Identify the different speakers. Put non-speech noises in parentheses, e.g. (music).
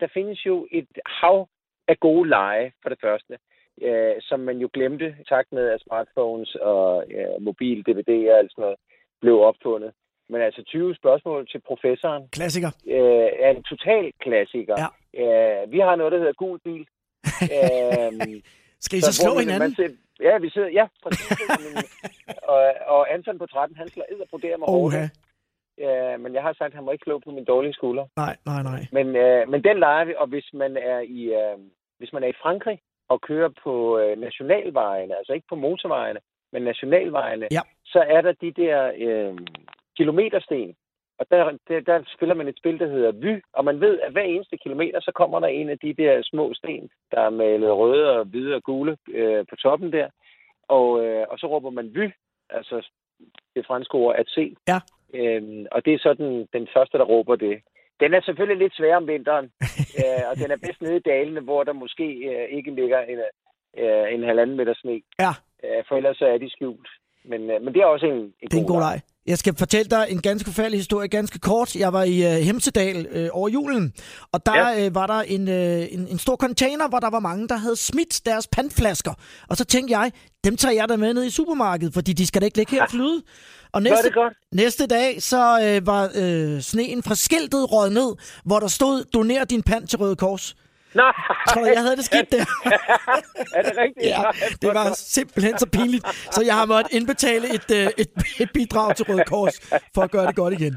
Speaker 1: der findes jo et hav af gode lege, for det første, øh, som man jo glemte i takt med, at smartphones og øh, mobil-DVD'er og sådan noget blev opfundet. Men altså 20 spørgsmål til professoren
Speaker 2: Klassiker.
Speaker 1: øh, er en total klassiker.
Speaker 2: Ja.
Speaker 1: Øh, vi har noget, der hedder gul
Speaker 2: (laughs)
Speaker 1: bil. øh,
Speaker 2: Skal I så,
Speaker 1: hvor
Speaker 2: slå
Speaker 1: man-
Speaker 2: hinanden?
Speaker 1: Man sidder, ja, vi sidder, ja,
Speaker 2: (laughs)
Speaker 1: præcis. Men- og, og Anton på 13, han slår edder på det mig hårdt.
Speaker 2: Oha.
Speaker 1: Ja, men jeg har sagt, at han må ikke slå på min dårlige skulder.
Speaker 2: Nej, nej, nej.
Speaker 1: Men, øh, men den leger vi, og hvis man er i, øh, hvis man er i Frankrig og kører på øh, nationalvejene, altså ikke på motorvejene, men nationalvejene,
Speaker 2: Ja.
Speaker 1: så er der de der øh, kilometersten. Og der, der, der spiller man et spil, der hedder Vy, og man ved, at hver eneste kilometer, så kommer der en af de der små sten, der er malet røde og hvide og gule øh, på toppen der. Og, øh, og så råber man Vy, altså det franske ord at se.
Speaker 2: Ja.
Speaker 1: Øhm, og det er så den, den første, der råber det. Den er selvfølgelig lidt svær om vinteren, (laughs) øh, og den er bedst nede i dalene, hvor der måske øh, ikke ligger en, øh, en halvanden meter sne.
Speaker 2: Ja.
Speaker 1: Øh, for ellers så er de skjult. Men, øh, men det er også en, en,
Speaker 2: Det er en god leg. Jeg skal fortælle dig en ganske forfærdelig historie, ganske kort. Jeg var i øh, Hemsedal øh, over julen, og der ja. øh, var der en, øh, en, en stor container, hvor der var mange, der havde smidt deres pandflasker. Og så tænkte jeg, dem tager jeg da med ned i supermarkedet, fordi de skal da ikke ligge her og flyde. Og
Speaker 1: Næste... Nå,
Speaker 2: næste,
Speaker 1: det er godt.
Speaker 2: næste dag, så øh, var øh, sneen fra skiltet røget ned, hvor der stod, doner din pand til Røde Kors.
Speaker 1: Nå,
Speaker 2: Jeg
Speaker 1: Ah.
Speaker 2: tror, jeg havde det skidt der.
Speaker 1: (laughs) er det rigtigt?
Speaker 2: Ja, det var simpelthen så pinligt, så jeg har måttet indbetale et, øh, et, et bidrag til Røde Kors for at gøre det godt igen.